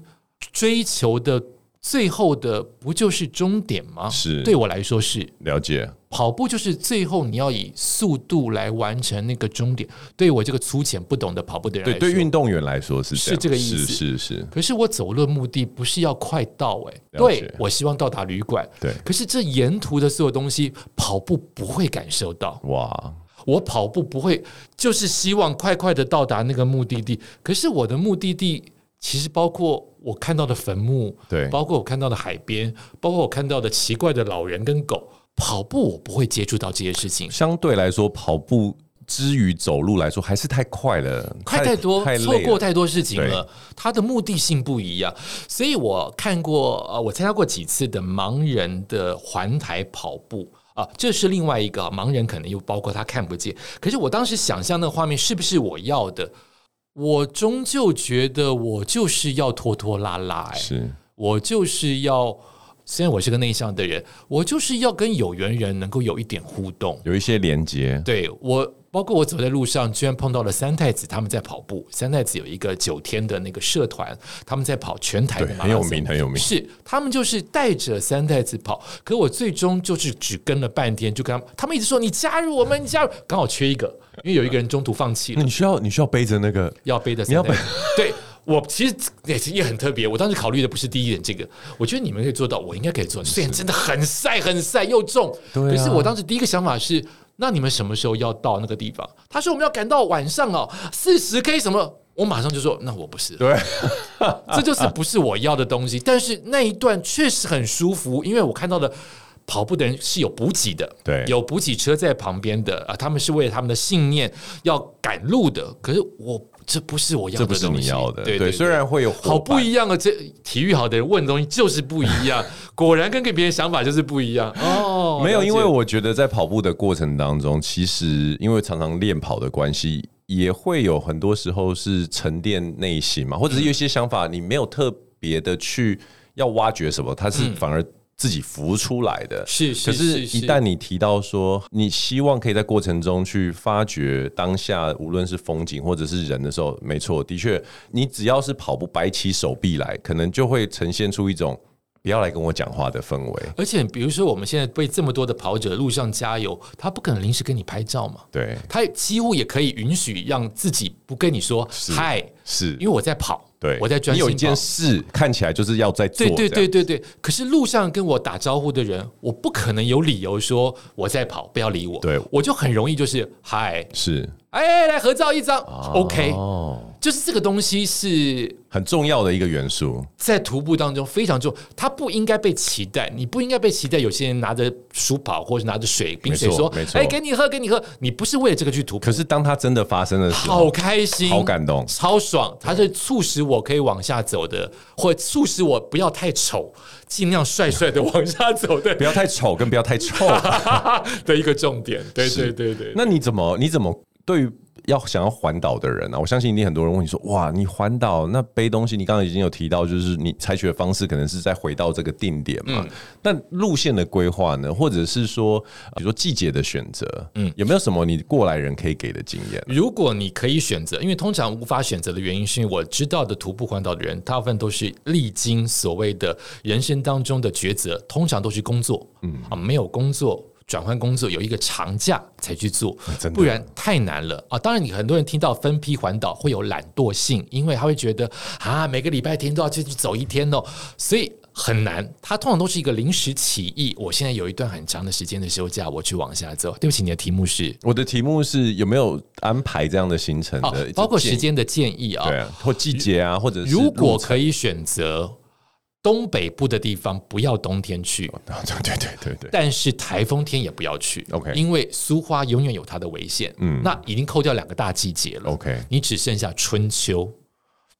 S1: 追求的最后的不就是终点吗？
S2: 是
S1: 对我来说是
S2: 了解，
S1: 跑步就是最后你要以速度来完成那个终点。对我这个粗浅不懂的跑步的人来
S2: 对
S1: 说，
S2: 对，运动员来说是
S1: 是
S2: 样
S1: 这个意思
S2: 是是是，
S1: 可是我走路的目的不是要快到哎、欸，
S2: 了解
S1: 对我希望到达旅馆。
S2: 对
S1: 可是这沿途的所有东西，跑步不会感受到。
S2: 哇，
S1: 我跑步不会，就是希望快快的到达那个目的地。可是我的目的地其实包括我看到的坟墓，
S2: 对
S1: 包括我看到的海边，包括我看到的奇怪的老人跟狗。跑步我不会接触到这些事情，
S2: 相对来说，跑步之于走路来说，还是太快了，
S1: 快太多，
S2: 太
S1: 错
S2: 累
S1: 过
S2: 了。
S1: 太多事情了。它的目的性不一样，所以我看过，呃，我参加过几次的盲人的环台跑步。啊，这是另外一个啊盲人，可能又包括他看不见。可是我当时想象那个画面是不是我要的？我终究觉得我就是要拖拖拉拉、哎，
S2: 是
S1: 我就是要，虽然我是个内向的人，我就是要跟有缘人能够有一点互动。
S2: 有一些连接，
S1: 对我，包括我走在路上，居然碰到了三太子，他们在跑步。三太子有一个九天的那个社团，他们在跑全台的
S2: 对
S1: 马拉松，
S2: 很有名很有名
S1: 是，他们就是带着三太子跑，可我最终就是只跟了半天，就跟他们，他们一直说你加入我们，你加入，刚好缺一个，因为有一个人中途放弃了
S2: 那，你需要你需要背着那个
S1: 要背的
S2: 你要
S1: 三太子，对。我其实也也很特别，我当时考虑的不是第一点这个，我觉得你们可以做到，我应该可以做到。虽然真的很晒，很晒又重，
S2: 对
S1: 可
S2: 啊
S1: 是我当时第一个想法是，那你们什么时候要到那个地方？他说我们要赶到晚上哦，四十 K 什么？我马上就说，那我不是，
S2: 对，
S1: 这
S2: 啊
S1: 就是不是我要的东西。但是那一段确实很舒服，因为我看到的跑步的人是有补给的，
S2: 对
S1: 有补给车在旁边的啊，他们是为了他们的信念要赶路的。可是我这不是我要的
S2: 这不
S1: 东西，
S2: 是你要的，
S1: 对
S2: 虽然会有
S1: 好
S2: 伙伴
S1: 不一样啊！这体育好的人问的东西就是不一 样，果然跟跟别人想法就是不一样哦。
S2: 没有，
S1: 了解
S2: 因为我觉得在跑步的过程当中，其实因为常常练跑的关系，也会有很多时候是沉淀内心
S1: 嗯
S2: 嘛，或者是有一些想法你没有特别的去要挖掘什么，它是反而自己浮出来的。
S1: 嗯是是
S2: 可是，
S1: 是是
S2: 一旦你提到说你希望可以在过程中去发掘当下，无论是风景或者是人的时候，没错，的确，你只要是跑步摆起手臂来，可能就会呈现出一种不要来跟我讲话的氛围。
S1: 而且比如说我们现在被这么多的跑者路上加油，他不可能临时跟你拍照嘛。
S2: 对，
S1: 他几乎也可以允许让自己不跟你说嗨，
S2: 是
S1: 因为我在跑，
S2: 对，
S1: 我在专
S2: 你
S1: 心
S2: 有
S1: 跑。
S2: 一件事看起来就是要在做，
S1: 对对
S2: 这
S1: 对
S2: 样，
S1: 对对，可是路上跟我打招呼的人，我不可能有理由说我在跑，不要理我。
S2: 对
S1: 我就很容易就是嗨，
S2: 是
S1: 哎，来合照一张、o k
S2: 哦，
S1: 就是这个东西是
S2: 很重要的一个元素，
S1: 在徒步当中非常重要，它不应该被期待，你不应该被期待。有些人拿着书跑，或者拿着水冰水
S2: 没
S1: 说
S2: 错没：“错
S1: 哎，给你喝，给你喝。”你不是为了这个去徒步
S2: 可，是当它真的发生的时
S1: 好
S2: 候，
S1: 开心，
S2: 好感动
S1: 超爽。它是促使我可以往下走的，或促使我不要太丑，尽量帅帅的往下走的
S2: 不要太丑，跟不要太臭。
S1: 的一个重点。对对
S2: 是
S1: 对对，
S2: 那你怎么你怎么对于要想要环岛的人啊？我相信一定很多人问你说，哇，你环岛那背东西，你刚刚已经有提到，就是你采取的方式可能是再回到这个定点嘛。
S1: 嗯
S2: 那路线的规划呢，或者是说，呃比如说季节的选择，嗯，有没有什么你过来人可以给的经验？
S1: 如果你可以选择，因为通常无法选择的原因，是因为我知道的徒步环岛的人，大部分都是历经所谓的人生当中的抉择，通常都是工作，嗯啊，没有工作。转换工作有一个长假才去做，
S2: 啊真的
S1: 不然太难了啊！当然，你很多人听到分批环岛会有懒惰性，因为他会觉得啊，每个礼拜天都要去走一天哦，所以很难。它通常都是一个临时起意。我现在有一段很长的时间的休假，我去往下走。对不起，你的题目是
S2: 我的题目是有没有安排这样的行程
S1: 哦
S2: 的，一，
S1: 包括
S2: 些
S1: 时
S2: 建议，
S1: 间的建议啊。
S2: 对啊，或季节啊，或者是
S1: 如果
S2: 路程
S1: 可以选择，东北部的地方不要冬天去，
S2: 哦啊对对对对对，
S1: 但是台风天也不要去
S2: OK
S1: 因为苏花永远有它的危险。
S2: 嗯
S1: 嗯，那已经扣掉两个大季节了
S2: OK
S1: 你只剩下春秋。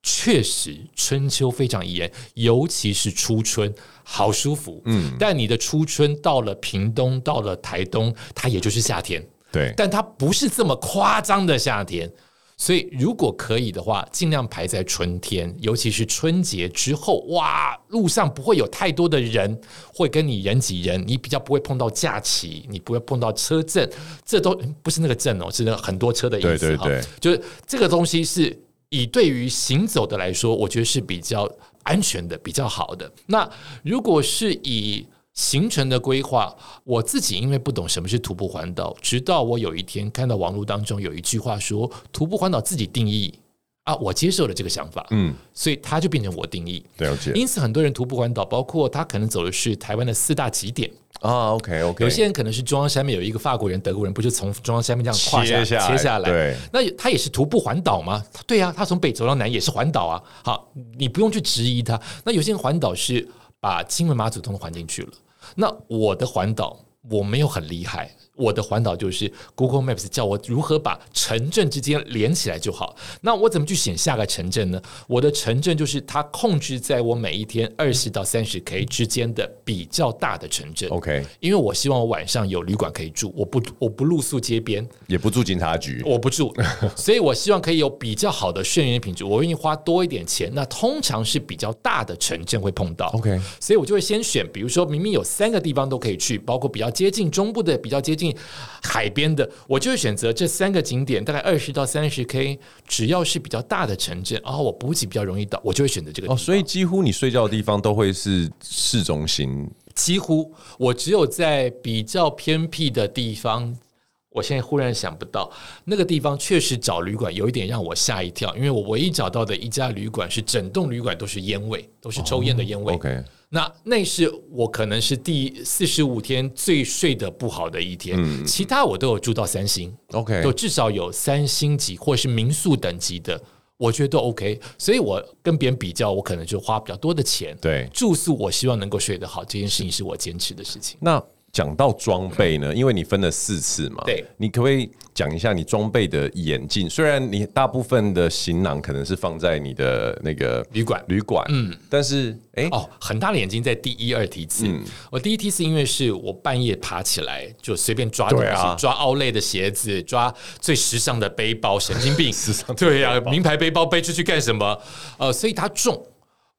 S1: 确实，春秋非常严，尤其是初春，好舒服。嗯，但你的初春到了屏东，到了台东，它也就是夏天。
S2: 对
S1: 但它不是这么夸张的夏天。所以，如果可以的话，尽量排在春天，尤其是春节之后，哇，路上不会有太多的人会跟你人挤人，你比较不会碰到假期，你不会碰到车震，这都嗯不是那个震哦，是那个很多车的意思。
S2: 对对
S1: 哈
S2: 对
S1: 就是这个东西是以对于行走的来说，我觉得是比较安全的、比较好的。那如果是以行程的规划，我自己因为不懂什么是徒步环岛，直到我有一天看到网络当中有一句话说“徒步环岛自己定义”，啊，我接受了这个想法，
S2: 嗯，
S1: 所以它就变成我定义。
S2: 了解
S1: 因此，很多人徒步环岛，包括他可能走的是台湾的四大极点，
S2: 啊，OK OK，
S1: 有些人可能是中央山面有一个法国人、德国人，不就从中央山面这样跨
S2: 切下来
S1: 切下来？
S2: 对，
S1: 那也他也是徒步环岛吗？对呀、他从北走到南也是环岛啊。好，你不用去质疑他。那有些人环岛是把金门、马祖通环进去了。那我的环岛我没有很厉害，我的环岛就是 Google Maps 教我如何把城镇之间连起来就好。那我怎么去选下个城镇呢？我的城镇就是它控制在我每一天二十到三十 K 之间的比较大的城镇。
S2: OK
S1: 因为我希望我晚上有旅馆可以住，我不我不露宿街边，
S2: 也不住警察局，
S1: 我不 住，所以我希望可以有比较好的睡眠品质，我愿意花多一点钱。那通常是比较大的城镇会碰到
S2: OK
S1: 所以我就会先选，比如说明明有三个地方都可以去，包括比较接近中部的、比较接近海边的，我就会选择这三个景点，大概二十到三十 K，只要是比较大的城镇啊、我补给比较容易到，我就会选择这个地
S2: 哦，
S1: 方。
S2: 所以几乎你睡觉的地方都会是市中心，
S1: 几乎我只有在比较偏僻的地方，我现在忽然想不到那个地方确实找旅馆有一点让我吓一跳，因为我唯一找到的一家旅馆是整栋旅馆都是烟味，都是抽烟的烟味。
S2: OK
S1: 那那是我可能是第四十五天最睡得不好的一天，其他我都有住到三星。
S2: OK
S1: 就至少有三星级或是民宿等级的，我觉得都 OK。所以我跟别人比较，我可能就花比较多的钱。
S2: 对
S1: 住宿我希望能够睡得好，这件事情是我坚持的事情。
S2: 那讲到装备呢，因为你分了四次嘛，
S1: 对
S2: 你可不可以讲一下你装备的眼镜？虽然你大部分的行囊可能是放在你的那个
S1: 旅馆
S2: 旅馆，嗯，但是哎、
S1: 哦，很大的眼睛在第一、二梯次。
S2: 嗯
S1: 我第一梯次因为是我半夜爬起来就随便抓东
S2: 对
S1: 西，
S2: 啊
S1: 抓奥类的鞋子，抓最时尚的背包，神经 病！对呀、名牌背包背出去干什么？呃，所以它重。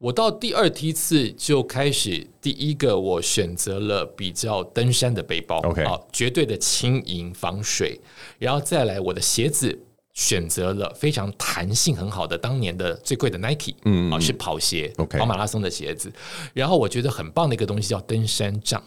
S1: 我到第二梯次就开始，第一个我选择了比较登山的背包啊
S2: OK
S1: 好绝对的轻盈防水，然后再来我的鞋子。选择了非常弹性很好的当年的最贵的 Nike，嗯啊是跑鞋
S2: OK
S1: 跑马拉松的鞋子。然后我觉得很棒的一个东西叫登山杖，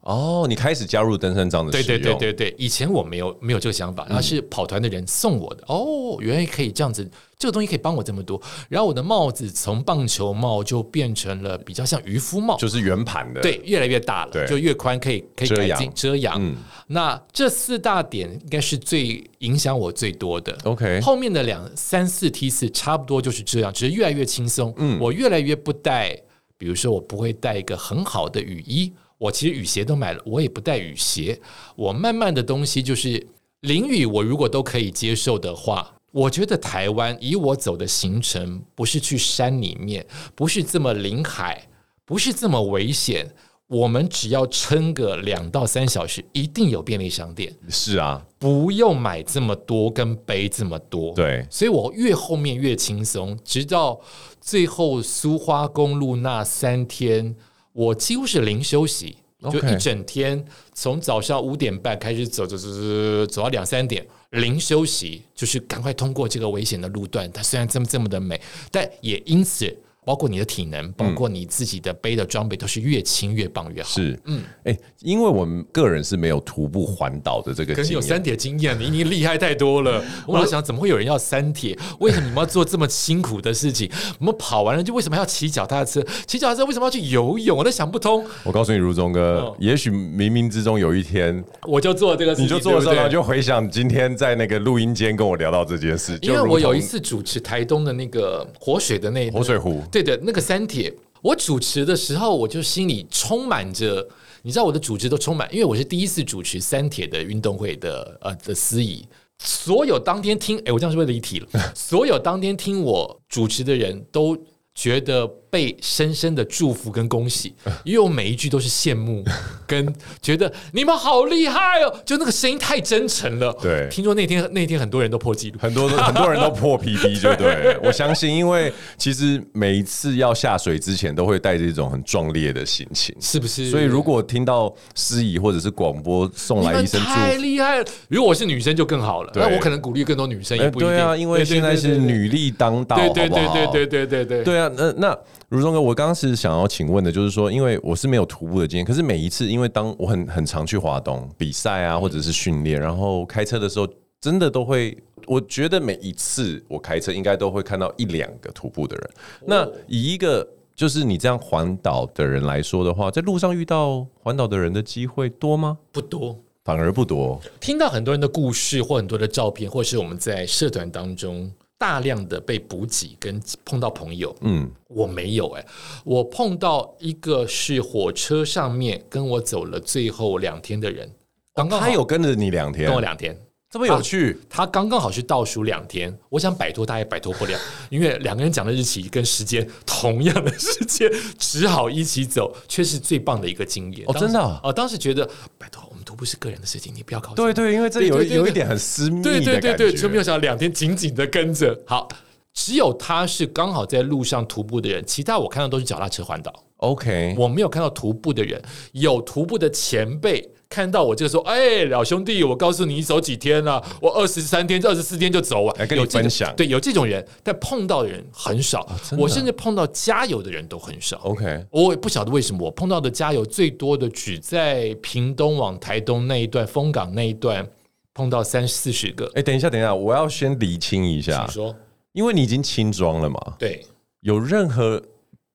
S2: 哦，你开始加入登山杖的
S1: 对
S2: 使
S1: 对
S2: 用，
S1: 对对对，以前我没有没有这个想法，然后是跑团的人送我的。哦，原来可以这样子，这个东西可以帮我这么多。然后我的帽子从棒球帽就变成了比较像渔夫帽，
S2: 就是圆盘的，
S1: 对，越来越大
S2: 对
S1: 了，就越宽，可以可以
S2: 遮
S1: 改
S2: 阳嗯
S1: 进遮阳。那这四大点应该是最影响我最多的。
S2: OK
S1: 后面的两三四梯次差不多就是这样，只是越来越轻松。嗯，我越来越不带，比如说我不会带一个很好的雨衣，我其实雨鞋都买了，我也不带雨鞋。我慢慢的东西就是淋雨，我如果都可以接受的话。我觉得台湾以我走的行程，不是去山里面，不是这么临海，不是这么危险。我们只要撑个两到三小时，一定有便利商店，
S2: 是啊，
S1: 不用买这么多跟背这么多。
S2: 对
S1: 所以我越后面越轻松，直到最后苏花公路那三天，我几乎是零休息，就
S2: OK
S1: 一整天，从早上五点半开始走走走走走走到两三点，零休息，就是赶快通过这个危险的路段。它虽然这么这么的美，但也因此。包括你的体能，包
S2: 嗯
S1: 括你自己的背的装备，都是越轻越棒越好。
S2: 是，嗯，哎、因为我们个人是没有徒步环岛的这个
S1: 可是
S2: 经
S1: 有
S2: 验
S1: 三。铁经验，你已经厉害太多了。 我老想，怎么会有人要三铁？为什么你们要做这么辛苦的事情？我们跑完了就为什么要骑脚踏车？骑脚踏车为什么要去游泳？我都想不通。
S2: 我告诉你，如中哥，
S1: 哦
S2: 也许冥冥之中有一天，
S1: 我就做这个事情，
S2: 你就做的时候，
S1: 对
S2: 然后
S1: 不对
S2: 就回想今天在那个录音间跟我聊到这件事，
S1: 因为我有一
S2: 次。
S1: 次主持台东的那个活水的那
S2: 活水湖
S1: 对的，那个三铁，我主持的时候，我就心里充满着，你知道我的主持都充满，因为我是第一次主持三铁的运动会的呃的司仪。所有当天听，哎、我这样是不是离题了？所有当天听我主持的人都觉得被深深的祝福跟恭喜，因为我每一句都是羡慕跟觉得你们好厉害哦，就那个声音太真诚了。
S2: 对
S1: 听说那天那天很多人都破纪录，
S2: 很多都 很多人都破 PB 就对了，我相信，因为其实每一次要下水之前，都会带着一种很壮烈的心情。
S1: 是不是？
S2: 所以，如果听到司仪或者是广播送
S1: 你
S2: 来
S1: 们
S2: 一声祝
S1: 太
S2: 福，
S1: 厉害了！如果我是女生就更好了，
S2: 对
S1: 那我可能鼓励更多女生也
S2: 哎
S1: 不一定。
S2: 对啊，因为
S1: 对对
S2: 现在
S1: 对
S2: 是
S1: 对
S2: 女力当道，
S1: 对对
S2: 好不好
S1: 对对对对对对，
S2: 对啊，那那如中哥，我刚刚是想要请问的，就是说，因为我是没有徒步的经验，可是每一次，因为当我很很常去华东比赛啊，或者
S1: 嗯
S2: 是训练，然后开车的时候，真的都会，我觉得每一次我开车应该都会看到一两个徒步的人。
S1: 哦
S2: 那以一个就是你这样环岛的人来说的话，在路上遇到环岛的人的机会多吗？
S1: 不多。
S2: 反而不多，
S1: 听到很多人的故事，或很多的照片，或是我们在社团当中大量的被补给跟碰到朋友，
S2: 嗯，
S1: 我没有哎、我碰到一个是火车上面跟我走了最后两天的人，刚刚好
S2: 哦他有跟着你两天
S1: 跟，我两啊天。
S2: 这么有趣，
S1: 他刚刚好是倒数两天，我想摆脱他也摆脱不了，因为两个人讲的日期跟时间同样的时间，只好一起走，却是最棒的一个经验。
S2: 哦
S1: 当时
S2: 真的啊
S1: 哦，当时觉得拜托，我们徒步是个人的事情，你不要搞。
S2: 对对，因为这有
S1: 对对对
S2: 有一点很私密
S1: 对
S2: 的感
S1: 对
S2: 觉，
S1: 对对，就没有想到两天紧紧的跟着。好，只有他是刚好在路上徒步的人，其他我看到都是脚踏车环岛，
S2: OK，
S1: 我没有看到徒步的人。有徒步的前辈看到我就说：“哎，老兄弟，我告诉你，你走几天了、我二十三天、二十四天就走完。”啊
S2: 哎来跟你
S1: 有这种
S2: 分享
S1: 对，有这种人，但碰到的人很少。
S2: 真的啊哦
S1: 我甚至碰到加油的人都很少。
S2: OK，
S1: 我也不晓得为什么，我碰到的加油最多的只在屏东往台东那一段、丰港那一段碰到三四十个
S2: 哎、。等一下，等一下，我要先厘清一下
S1: 你，说
S2: 因为你已经轻装了嘛，
S1: 对，
S2: 有任何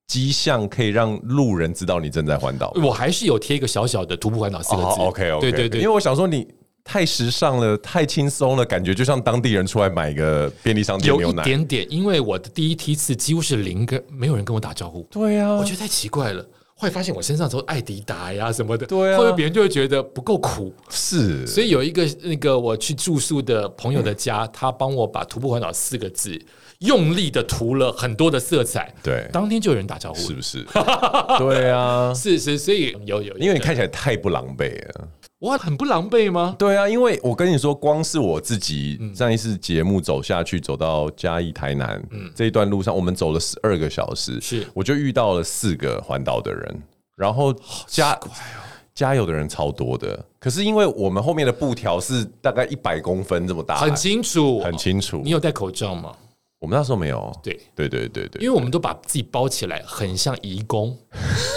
S2: 迹象可以让路人知道你正在环岛？
S1: 我还是有贴一个小小的徒步环岛四个字。
S2: ，OK OK，
S1: 对对对
S2: 因为，我想说你太时尚了，太轻松了，感觉就像当地人出来买个便利商店
S1: 有
S2: 牛
S1: 一
S2: 奶，
S1: 点点，因为我的第一梯次几乎是零个，没有人跟我打招呼，
S2: 对啊，
S1: 我觉得太奇怪了。会发现我身上都是艾迪达呀什么的，
S2: 对啊
S1: 会不会别人就会觉得不够苦？
S2: 是，
S1: 所以有一个那个我去住宿的朋友的
S2: 嗯
S1: 家，他帮我把“徒步环岛”四个字用力的涂了很多的色彩，
S2: 对，
S1: 当天就有人打招呼
S2: 是
S1: 了，
S2: 不是？对啊，
S1: 是是，所以有有，
S2: 因为你看起来太不狼狈了。
S1: 我很不狼狈吗？
S2: 对啊，因为我跟你说，光是我自己
S1: 嗯
S2: 上一次节目走下去，走到嘉义、台南、这一段路上，我们走了十二个小时，
S1: 嗯是
S2: 我就遇到了四个环岛的人，然后加
S1: 哦
S2: 加油的人超多的，可是因为我们后面的布条是大概一百公分这么大，
S1: 很清楚，
S2: 啊很清楚
S1: 你。有戴口罩吗？
S2: 我们那时候没有，
S1: 对
S2: 对对对对，
S1: 因为我们都把自己包起来，很像移工。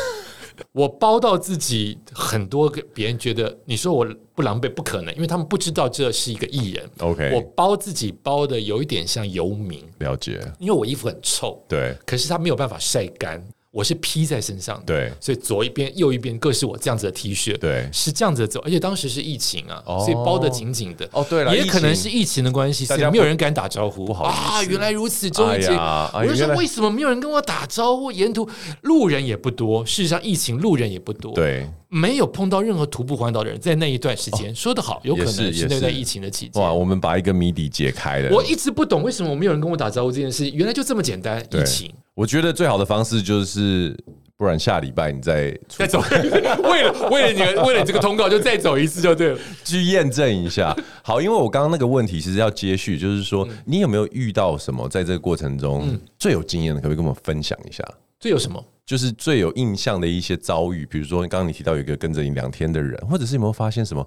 S1: 我包到自己很多个，别人觉得你说我不狼狈不可能，因为他们不知道这是一个艺人。
S2: OK
S1: 我包自己包的有一点像游民，
S2: 了解，
S1: 因为我衣服很臭，
S2: 对
S1: 可是它没有办法晒干，我是披在身上的，
S2: 对
S1: 所以左一边右一边各是我这样子的 T 恤，
S2: 对
S1: 是这样子的走，而且当时是疫情啊，
S2: 哦
S1: 所以包的紧紧的。
S2: 哦对了
S1: 也可
S2: 疫
S1: 能
S2: 情
S1: 是疫情的关系，
S2: 大
S1: 所
S2: 家
S1: 以没有人敢打招呼。不
S2: 好意思
S1: 啊，原来如此，终于解
S2: 哎呀哎
S1: 我就
S2: 原
S1: 说
S2: 来
S1: 为什么没有人跟我打招呼？沿途路人也不多，事实上疫情路人也不多，，
S2: 对，
S1: 没有碰到任何徒步环岛的人，在那一段时间，说得好，有可
S2: 哦也是
S1: 能
S2: 也
S1: 是那段
S2: 是
S1: 疫情的期间。
S2: 哇，我们把一个谜底解开了。
S1: 我一直不懂为什么没有人跟我打招呼这件事，原来就这么简单。
S2: 对
S1: 疫情，
S2: 我觉得最好的方式就是，不然下礼拜你再出
S1: 再走， 为了为了你的为了你这个通告，就再走一次就对了。
S2: 去验证一下。好，因为我刚刚那个问题其实要接续，就是说
S1: 嗯
S2: 你有没有遇到什么在这个过程中最有经验的，可不可以跟我们分享一下？
S1: 这有什么？
S2: 就是最有印象的一些遭遇，比如说刚刚你提到有一个跟着你两天的人，或者是有没有发现什么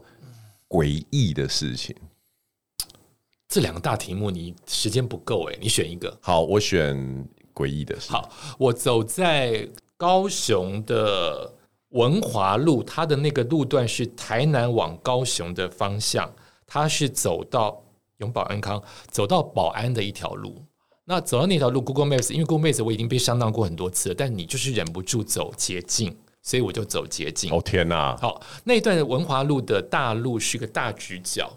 S2: 诡异的事情？
S1: 这两个大题目你时间不够哎、你选一个。
S2: 好，我选诡异的事。
S1: 好，我走在高雄的文华路，它的那个路段是台南往高雄的方向，它是走到永保安康，走到保安的一条路。那走到那条路，Google Maps，因为 Google Maps 我已经被上当过很多次了，但你就是忍不住走捷径，所以我就走捷径。
S2: 哦天哪！
S1: 好，那一段的文华路的大路是个大直角，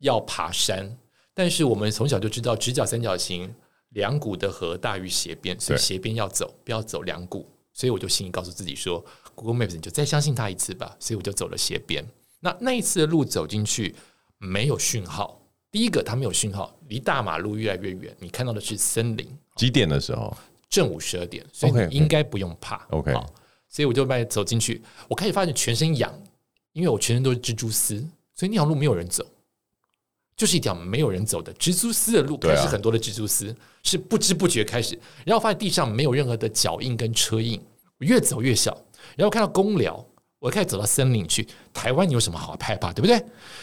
S1: 要爬山，但是我们从小就知道直角三角形两股的和大于斜边，所以
S2: 对
S1: 斜边要走，不要走两股。所以我就心里告诉自己说，Google Maps 你就再相信他一次吧。所以我就走了斜边。那那一次的路走进去没有讯号，第一个它没有讯号，离大马路越来越远，你看到的是森林。
S2: 几点的时候？
S1: 正午十二点，所以
S2: OK，OK
S1: 你应该不用怕。
S2: OK
S1: 好所以我就慢慢走进去，我开始发现全身痒，因为我全身都是蜘蛛丝，所以那条路没有人走，就是一条没有人走的蜘蛛丝的路，
S2: 对啊
S1: 开始很多的蜘蛛丝，是不知不觉开始，然后发现地上没有任何的脚印跟车印，我越走越小，然后看到公寮。我开始走到森林去，台湾有什么好害怕，对不对？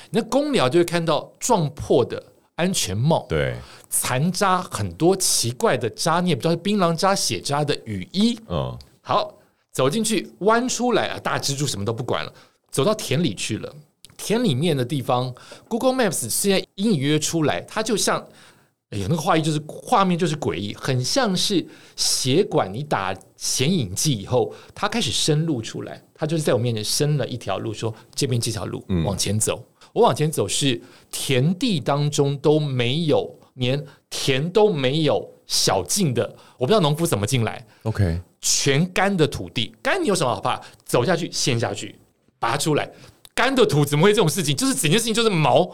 S1: 那公寮就会看到撞破的安全帽，
S2: 对，
S1: 残渣很多奇怪的渣，你也不知道是槟榔渣、血渣的雨衣。
S2: 嗯，
S1: 好，走进去弯出来啊，大蜘蛛什么都不管了，走到田里去了。田里面的地方，Google Maps 现在隐隐约约出来，它就像，哎呀，那个画意就是画面就是诡异，很像是血管你打显影剂以后，它开始深露出来，它就是在我面前伸了一条路，说这边这条路往前走。我往前走是田地当中都没有，连田都没有小径的，我不知道农夫怎么进来，
S2: OK，
S1: 全干的土地，干你有什么好怕？走下去，陷下去，拔出来，干的土怎么会这种事情？就是整件事情就是毛，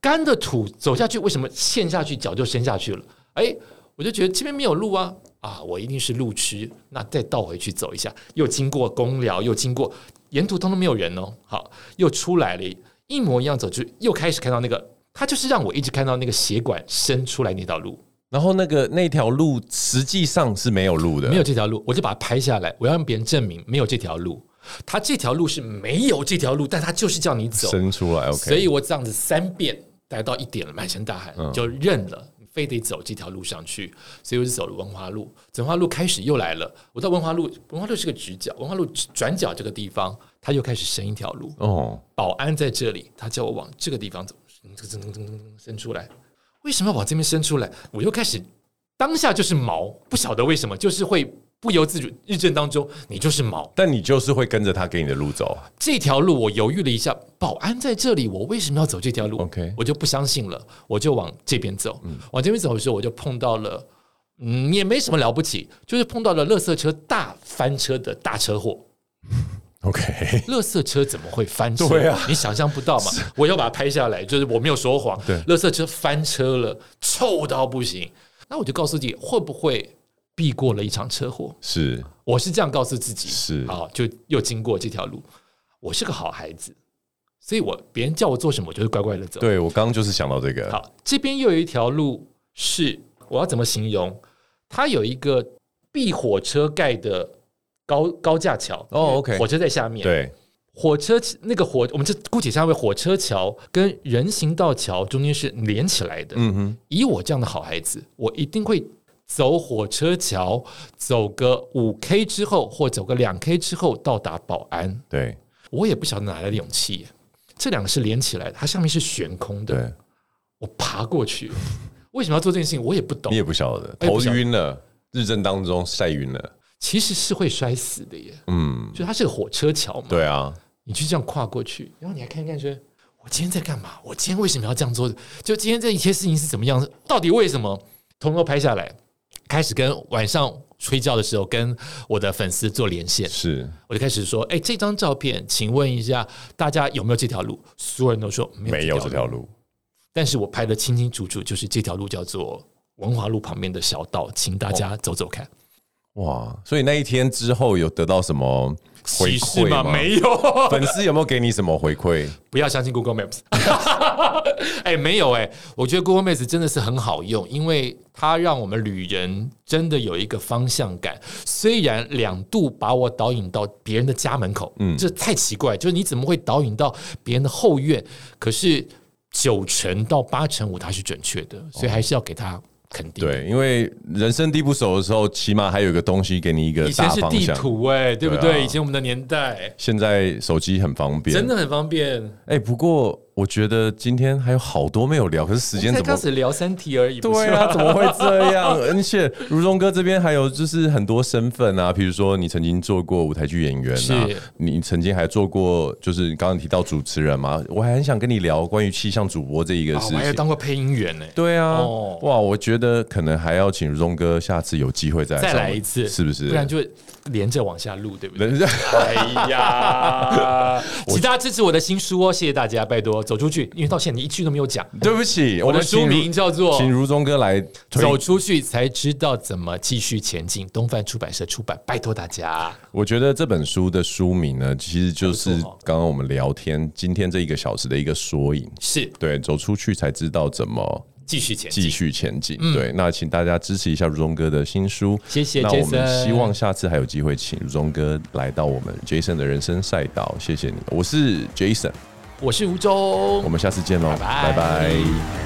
S1: 干的土走下去，为什么陷下去脚就伸下去了？哎，我就觉得这边没有路啊啊，我一定是路痴，那再倒回去走一下，又经过公寮，又经过沿途通通没有人哦，好，又出来了，一模一样走出去，又开始看到那个，它就是让我一直看到那个血管伸出来那条路。
S2: 然后那个那条路实际上是没有路的，
S1: 没有这条路，我就把它拍下来，我要让别人证明没有这条路。他这条路是没有这条路，但他就是叫你走，
S2: 伸出来。OK，
S1: 所以我这样子三遍，大概到一点了，满身大汗、就认了，非得走这条路上去，所以我就走了文华路。文华路开始又来了，我到文华路，文华路是个直角，文华路转角这个地方，它又开始伸一条路。
S2: 哦，
S1: 保安在这里，他叫我往这个地方走，这个噔噔噔噔噔伸出来。为什么要往这边伸出来？我又开始当下就是毛，不晓得为什么，就是会不由自主，日正当中你就是毛。
S2: 但你就是会跟着他给你的路走。
S1: 这条路我犹豫了一下，保安在这里，我为什么要走这条路
S2: OK
S1: 我就不相信了，我就往这边走。往这边走的时候，我就碰到了，嗯，也没什么了不起，就是碰到了垃圾车大翻车的大车祸。
S2: OK，
S1: 垃圾车怎么会翻车？
S2: 对啊
S1: 你想象不到嘛！我要把它拍下来，就是我没有说谎。
S2: 对
S1: 垃圾车翻车了，臭到不行。那我就告诉自己，会不会避过了一场车祸？
S2: 是
S1: 我是这样告诉自己，
S2: 是
S1: 好，就又经过这条路，我是个好孩子，所以我别人叫我做什么，我就是乖乖的走。
S2: 对我刚刚就是想到这个，
S1: 好，这边又有一条路是我要怎么形容？它有一个避火车盖的高高架桥
S2: 哦，OK
S1: 火车在下面，
S2: 对，
S1: 火车那个火，我们就姑且称为火车桥跟人行道桥中间是连起来的。
S2: 嗯哼，
S1: 以我这样的好孩子，我一定会走火车桥，走个五 K 之后，或走个两 K 之后到达保安。
S2: 对
S1: 我也不晓得哪来的勇气耶，这两个是连起来的，它上面是悬空的，
S2: 对，
S1: 我爬过去。为什么要做这件事情？我也不懂
S2: 你。也不晓得，
S1: 我也
S2: 头
S1: 不晓得
S2: 晕了，日正当中晒晕了，
S1: 其实是会摔死的耶，
S2: 嗯，
S1: 就它是个火车桥嘛。
S2: 对啊，
S1: 你去这样跨过去，然后你还看一看说，我今天在干嘛？我今天为什么要这样做？就今天这一切事情是怎么样？到底为什么？通通拍下来，开始跟晚上睡觉的时候跟我的粉丝做连线，
S2: 是
S1: 我就开始说：“哎、这张照片，请问一下大家有没有这条路？”所有人都说
S2: 没
S1: 没
S2: 有
S1: 有
S2: 这条路，
S1: 但是我拍的清清楚楚，就是这条路叫做文华路旁边的小道，请大
S2: 哦
S1: 家走走看。
S2: 哇！所以那一天之后有得到什么回
S1: 歧视
S2: 馈
S1: 吗？没有，
S2: 粉丝有没有给你什么 回馈？
S1: 不要相信 Google Maps。哎、没有哎、我觉得 Google Maps 真的是很好用，因为它让我们旅人真的有一个方向感。虽然两度把我导引到别人的家门口，嗯，这太奇怪，就是你怎么会导引到别人的后院？可是九成到八成五它是准确的，所以还是要给它肯定。。
S2: 哦对，因为人生地不熟的时候，起码还有一个东西给你一个
S1: 以前
S2: 大
S1: 是
S2: 方
S1: 地
S2: 向。
S1: 图哎、对不对？
S2: 对啊
S1: 以前我们的年代
S2: 现在手机很方便，
S1: 真的很方便。
S2: 哎、不过我觉得今天还有好多没有聊，可是时间
S1: 才
S2: 怎么
S1: 开？始聊三题 而已，不
S2: 对
S1: 是
S2: 啊，
S1: 吗
S2: 怎么会这样？而且如中哥这边还有就是很多身份啊，比如说你曾经做过舞台剧演员啊
S1: 是，
S2: 你曾经还做过就是你刚刚提到主持人嘛，我还很想跟你聊关于气象主播这一个
S1: 啊
S2: 事
S1: 我还有
S2: 情。
S1: 当过配音员呢、
S2: 对啊，
S1: 哦
S2: 哇，我觉得可能还要请如中哥下次有机会再
S1: 再
S2: 上
S1: 来
S2: 我
S1: 一次，
S2: 是不是？
S1: 不然就连着往下录，对不对？
S2: 人家
S1: 哎 呀，请大家支持我的新书哦，谢谢大家，拜托走出去，因为到现在你一句都没有讲。
S2: 对不起，我
S1: 我的
S2: 们请
S1: 书
S2: 如
S1: 名叫做
S2: 请
S1: 《
S2: 如中哥来推
S1: 走出去才知道怎么继续前进》，东贩出版社出版，拜托大家。
S2: 我觉得这本书的书名呢，其实就是
S1: 还不错哦
S2: 刚刚我们聊天今天这一个小时的一个缩影。
S1: 是
S2: 对，走出去才知道怎么
S1: 继续前
S2: 继
S1: 进，
S2: 续前进。对，那请大家支持一下如中哥的新书。
S1: 嗯谢谢
S2: 那我们
S1: Jason
S2: 希望下次还有机会请如中哥来到我们 Jason 的人生赛道。谢谢你，我是 Jason，
S1: 我是吴忠
S2: 我。们下次见喽，
S1: 拜拜
S2: 拜拜